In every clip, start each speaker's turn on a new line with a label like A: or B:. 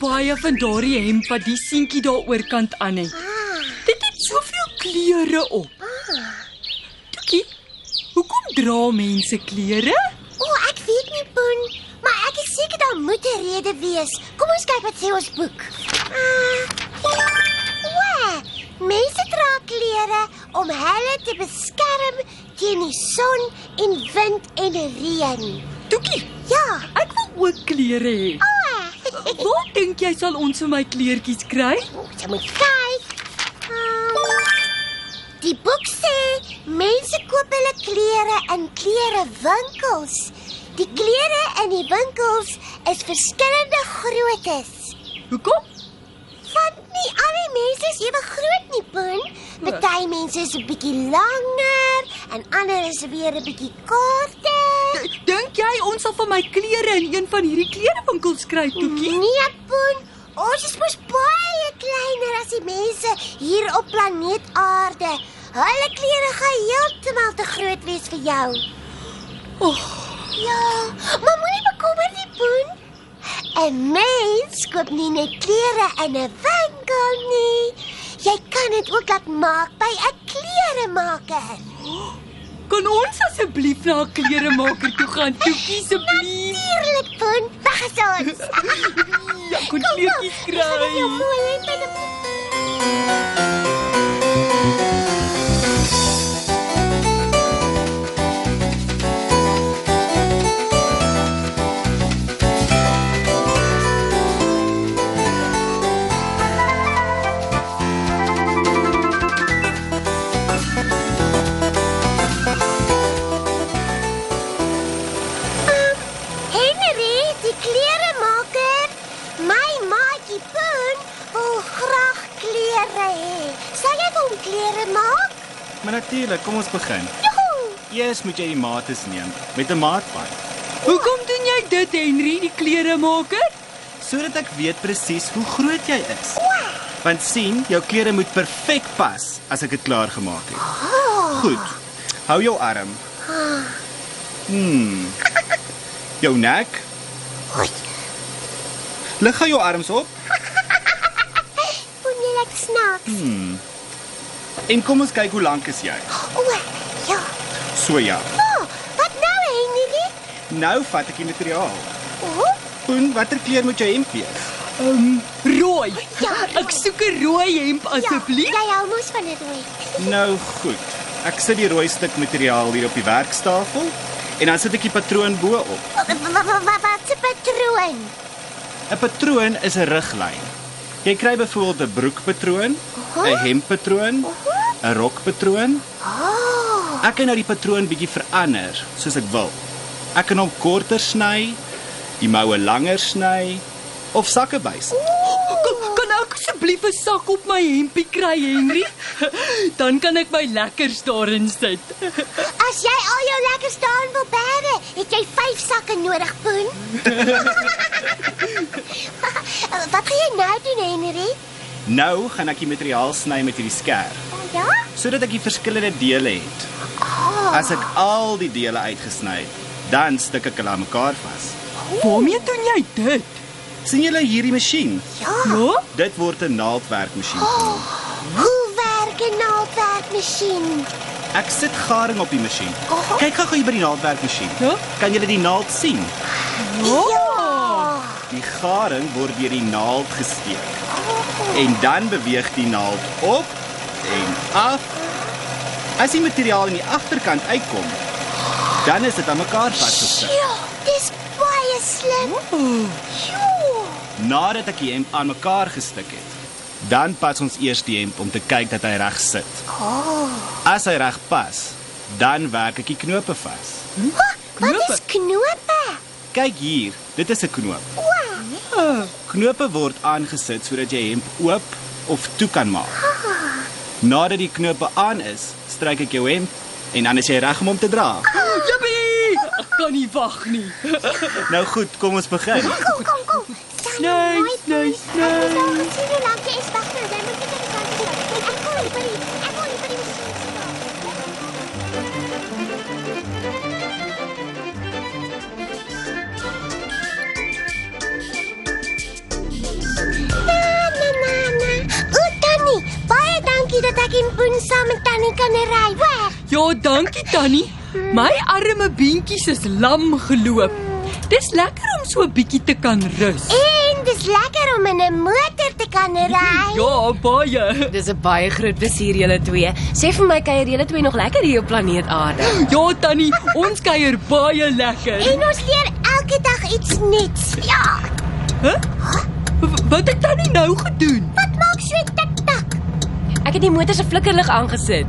A: baie van daardie hemp wat die seentjie daar oorkant aan het.
B: Ah,
A: Dit het soveel kleure op. Toekie, hoekom dra mense klere?
B: O, oh, ek weet nie, Poen, maar ek is seker daar moet 'n rede wees. Kom ons kyk wat sê ons boek. Ah. Uh, mense dra klere om hulle te beskerm teen die son en wind en reën.
A: Toekie,
B: Ja.
A: ek wil ook klere hê.
B: Ah.
A: Waar dink jy sal ons vir my kleertjies kry?
B: Ons moet kyk. Ah, Die boek sê mense koop hulle klere in klerewinkels. Die klere in die winkels is verskillende groottes.
A: Hoekom?
B: Want nie al die mense is ewe groot nie, Boen. Party mense is 'n bietjie langer en ander is weer 'n bietjie korter.
A: D- Dink jy ons sal vir my klere in een van hierdie klerewinkels kry, Toekie?
B: Nee, Boen. Ons is mos baie kleiner as die mense hier op planeet Aarde. Hulle klere gaan heeltemal te groot wees vir jou.
A: Oh,
B: Ja, maar moenie bekommer nie, Boen. 'n Mens koop nie net klere in 'n winkel nie. Jy kan dit ook laat maak by 'n kleremaker.
A: kan ons asseblief na 'n kleremaker toe gaan, Toekie asseblief?
B: Natuurlik, Boen. Wag eens ons.
A: Ja, kon
B: Kom nou,
A: kleertjies
B: ek gaan vir jou
A: kry.
B: mooi hemp en 'n Henry, die kleremaker, my maatjie Poen wil graag klere hê. Sal jy vir hom klere maak?
C: Maar natuurlik, kom ons begin.
B: Joe!
C: Eers moet jy die maats neem met 'n maatpan
A: Hoekom doen jy dit, Henry, die kleremaker?
C: sodat ek weet presies hoe groot jy is. Want sien, jou klere moet perfek pas as ek dit klaar gemaak het. Goed. Hou jou arm.
B: Ah.
C: Hmm. Jou nek.
B: Oei,
C: Lig gou jou arms op
B: Poen jy lyk snaaks.
C: en kom ons kyk hoe lank is jy.
B: O, ja.
C: So ja.
B: Oh, wat nou, Henry?
C: Nou vat ek die materiaal.
B: O, oh,
C: Poen, watter kleur moet jou hemp wees?
A: Um, rooi.
B: Ehm. Ja, rooi.
A: Ek soek 'n rooi hemp
B: ja,
A: asseblief.
B: jy hou mos van dit rooi.
C: Nou goed. Ek sit die rooi stuk materiaal hier op die werkstafel en dan sit ek die patroon bo-op.
B: Wa- wa- wa- Wat 'n patroon.
C: 'n Patroon is 'n riglyn. Jy kry byvoorbeeld 'n broekpatroon, 'n hemppatroon, 'n rokpatroon.
B: Oh,
C: Ek kan nou die patroon bietjie verander soos ek wil. Ek kan hom korter sny, die moue langer sny of sakke bys.
A: Kan, kan ek asseblief 'n sak op my hempie kry, Henry? Dan kan ek my lekkers daarin sit.
B: as jy al jou lekker staan wil bære, het jy 5 sakke nodig, Poen. wat gaan jy nou doen, Henry?
C: Nou gaan ek die materiaal sny met hierdie skêr
B: Ja? Oh,
C: sodat ek die verskillende dele het. As ek al die dele uitgesny het, dan stik ek hulle aan mekaar vas.
A: Waarmee doen jy dit?
C: sien julle hierdie masjien?
B: Ja.
A: Ja?
C: Dit word 'n naaldwerkmasjien genoem.
B: Hoe werk 'n naaldwerkmasjien?
C: Ek sit garing op die masjien.
B: Oh.
C: Kyk gou-gou hier by die naaldwerkmasjien.
A: Ja?
C: Kan julle die naald sien?
A: Ja.
C: Die garing word deur die naald gesteek. En dan beweeg die naald op en af. As die materiaal aan die agterkant uitkom, dan is dit aan mekaar vasgestel.
B: Sjoe, Ja, dis baie slim. Ja. Sjoe.
C: Nadat ek die hemp aan mekaar gestik het, dan pas ons eers die hemp om te kyk dat hy reg sit. As hy reg pas, dan werk ek die knope vas.
B: Wa- Wat
A: Knope.
B: is knope?
C: Kyk hier, dit is 'n knoop.
A: Ah,
C: Knope word aangesit sodat jy hemp oop of toe kan maak. Nadat die knope aan is, stryk ek jou hemp en dan is jy reg om hom te dra.
A: Jippie! Ek kan nie wag nie.
C: Nou goed, kom ons begin.
B: Kom, kom, kom. Staan nou
A: Sny,
B: mooi,
A: sny,
B: Poen.
A: sny.
B: Ek moet nou gaan sien hoe lank jy is. Wag nou, jy moet net aan die kant sit. Ek kom nie by die, ek kom nie by die masjien staan. Boen saam met Tannie kan ry. Waar?
A: Ja, dankie Tannie. My arme beentjies is lam geloop. Dis lekker om so 'n bietjie te kan rus.
B: En dis lekker om in 'n motor te kan ry.
A: Ja, baie.
D: Dis 'n baie groot plesier julle twee. Sê vir my, kuier julle twee nog lekker hier op planeet Aarde?
A: Ja, Tannie, ons kuier baie lekker.
B: En ons leer elke dag iets nuuts. Ja,
A: Hæ? W- Wat het Tannie nou gedoen?
B: wat maak so tik tak?
D: Ek het die motor se flikkerlig aangesit.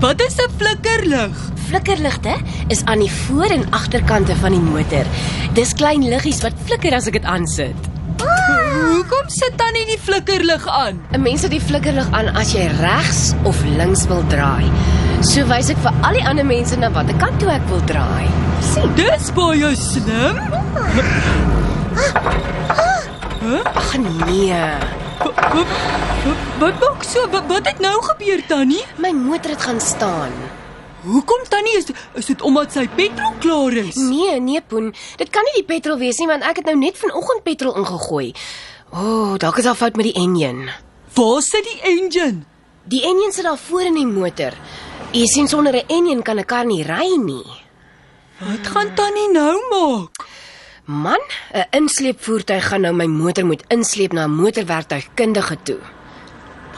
A: Wat is 'n flikkerlig?
D: Flikkerligte is aan die voor- en agterkante van die motor. Dis klein liggies wat flikker as ek dit aansit.
A: Hoekom sit Tannie die flikkerlig aan?
D: 'n Mens sit die flikkerlig aan as jy regs of links wil draai. So wys ek vir al die ander mense na watter kant toe ek wil draai. sien?
A: Dis baie slim.
D: Ag nee.
A: W- w- w- Wat maak so? Wa- Wat het nou gebeur, Tannie?
D: My motor het gaan staan.
A: Hoekom Tannie is is dit omdat sy petrol klaar is?
D: Nee, nee Poen, dit kan nie die petrol wees nie want ek het nou net vanoggend petrol ingegooi. O, oh, dalk is daar fout met die enjin.
A: Waar sit die engine?
D: Die enjin sit daar voor in die motor. Jy sien sonder 'n enjin kan 'n kar nie ry nie.
A: Wat gaan Tannie nou maak?
D: Man, 'n insleepvoertuig gaan nou my motor moet insleep na 'n motorwerktuigkundige toe.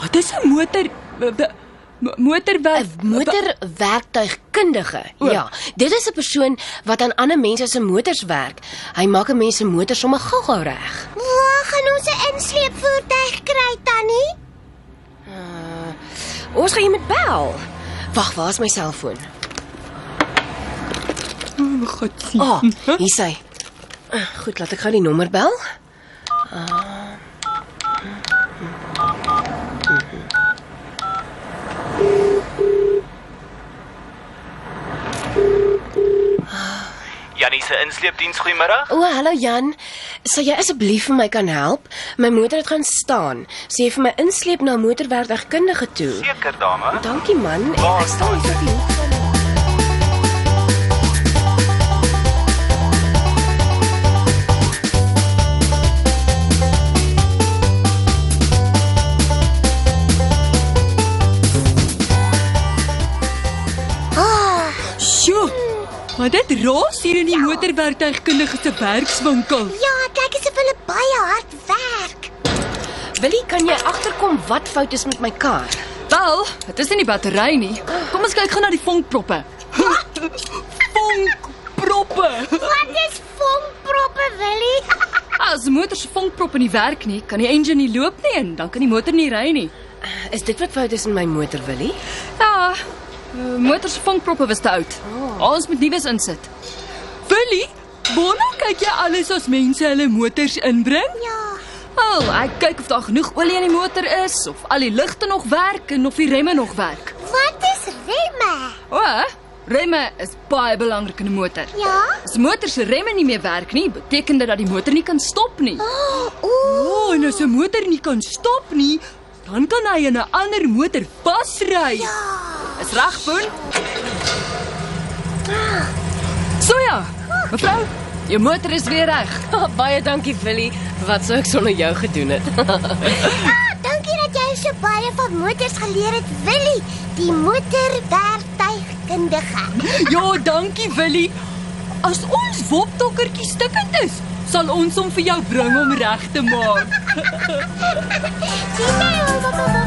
A: Wat is 'n motor b- b- mo- motorwerk?
D: 'n Motorwerktuigkundige.
A: O.
D: Ja, dit is 'n persoon wat aan ander mense se motors werk. Hy maak 'n mens se motor sommer gou-gou reg.
B: Waar gaan ons 'n insleepvoertuig kry, Tannie?
D: Uh, Ons gaan iemand bel. Wag, waar's my selfoon?
A: Oh, God Hm? sien.
D: Ah,
B: Hm.
D: oh, hier's hy. Eh, Goed, laat ek gou die nommer bel.
E: Jannie se insleepdiens goeiemiddag.
D: O, hallo Jan. Sal jy asseblief vir my kan help? My motor het gaan staan. Sê vir my insleep na 'n motorwerktuigkundige toe.
E: Seker dame.
D: Dankie man.
E: Waar
D: Ek staan hier op die hoek.
B: Ah,
A: Sjoe. Maar dit raas hier in die motorwerktuigkundige se werkswinkel.
B: Ja, dit lyk asof hulle baie hard werk.
D: Willie, kan jy agterkom wat fout is met my kar?
A: Wel, dit is nie die battery nie. Kom ons kyk gou na die vonkproppe. Vonkproppe.
B: Wat is vonkproppe, Willie?
A: As motor se vonkproppe nie werk nie, kan die engine nie loop nie en dan kan die motor nie ry nie.
D: Is dit wat fout is met my motor, Willie?
A: Ja, eh, motor se vonkproppe was te oud. Ons moet nuus insit. Willie, waarna kyk jy alles as mense hulle motors inbring?
B: ja,
A: Al, oh, ek kyk of daar genoeg olie in die motor is of al die ligte nog werk en of die remme nog werk.
B: wat is remme?
A: O, remme is baie belangrik in 'n motor.
B: Ja?
A: As motor se remme nie meer werk nie, beteken dit dat die motor nie kan stop nie.
B: Ooh,
A: O, oh, en as 'n motor nie kan stop nie, dan kan hy in 'n ander motor vasry. Ja.
B: Ah,
A: Is reg, Boen? So ja, mevrou, jou motor is weer reg.
D: Oh, baie dankie, Willie. Wat sou ek sonder jou gedoen het?
B: ah, dankie dat jy so baie van motors geleer het, Willie, die motorwerktuigkundige.
A: Ja, dankie Willie. As ons wopdokkertjie stikkend is, sal ons hom vir jou bring om reg te maak.
B: Sien jy hoe wat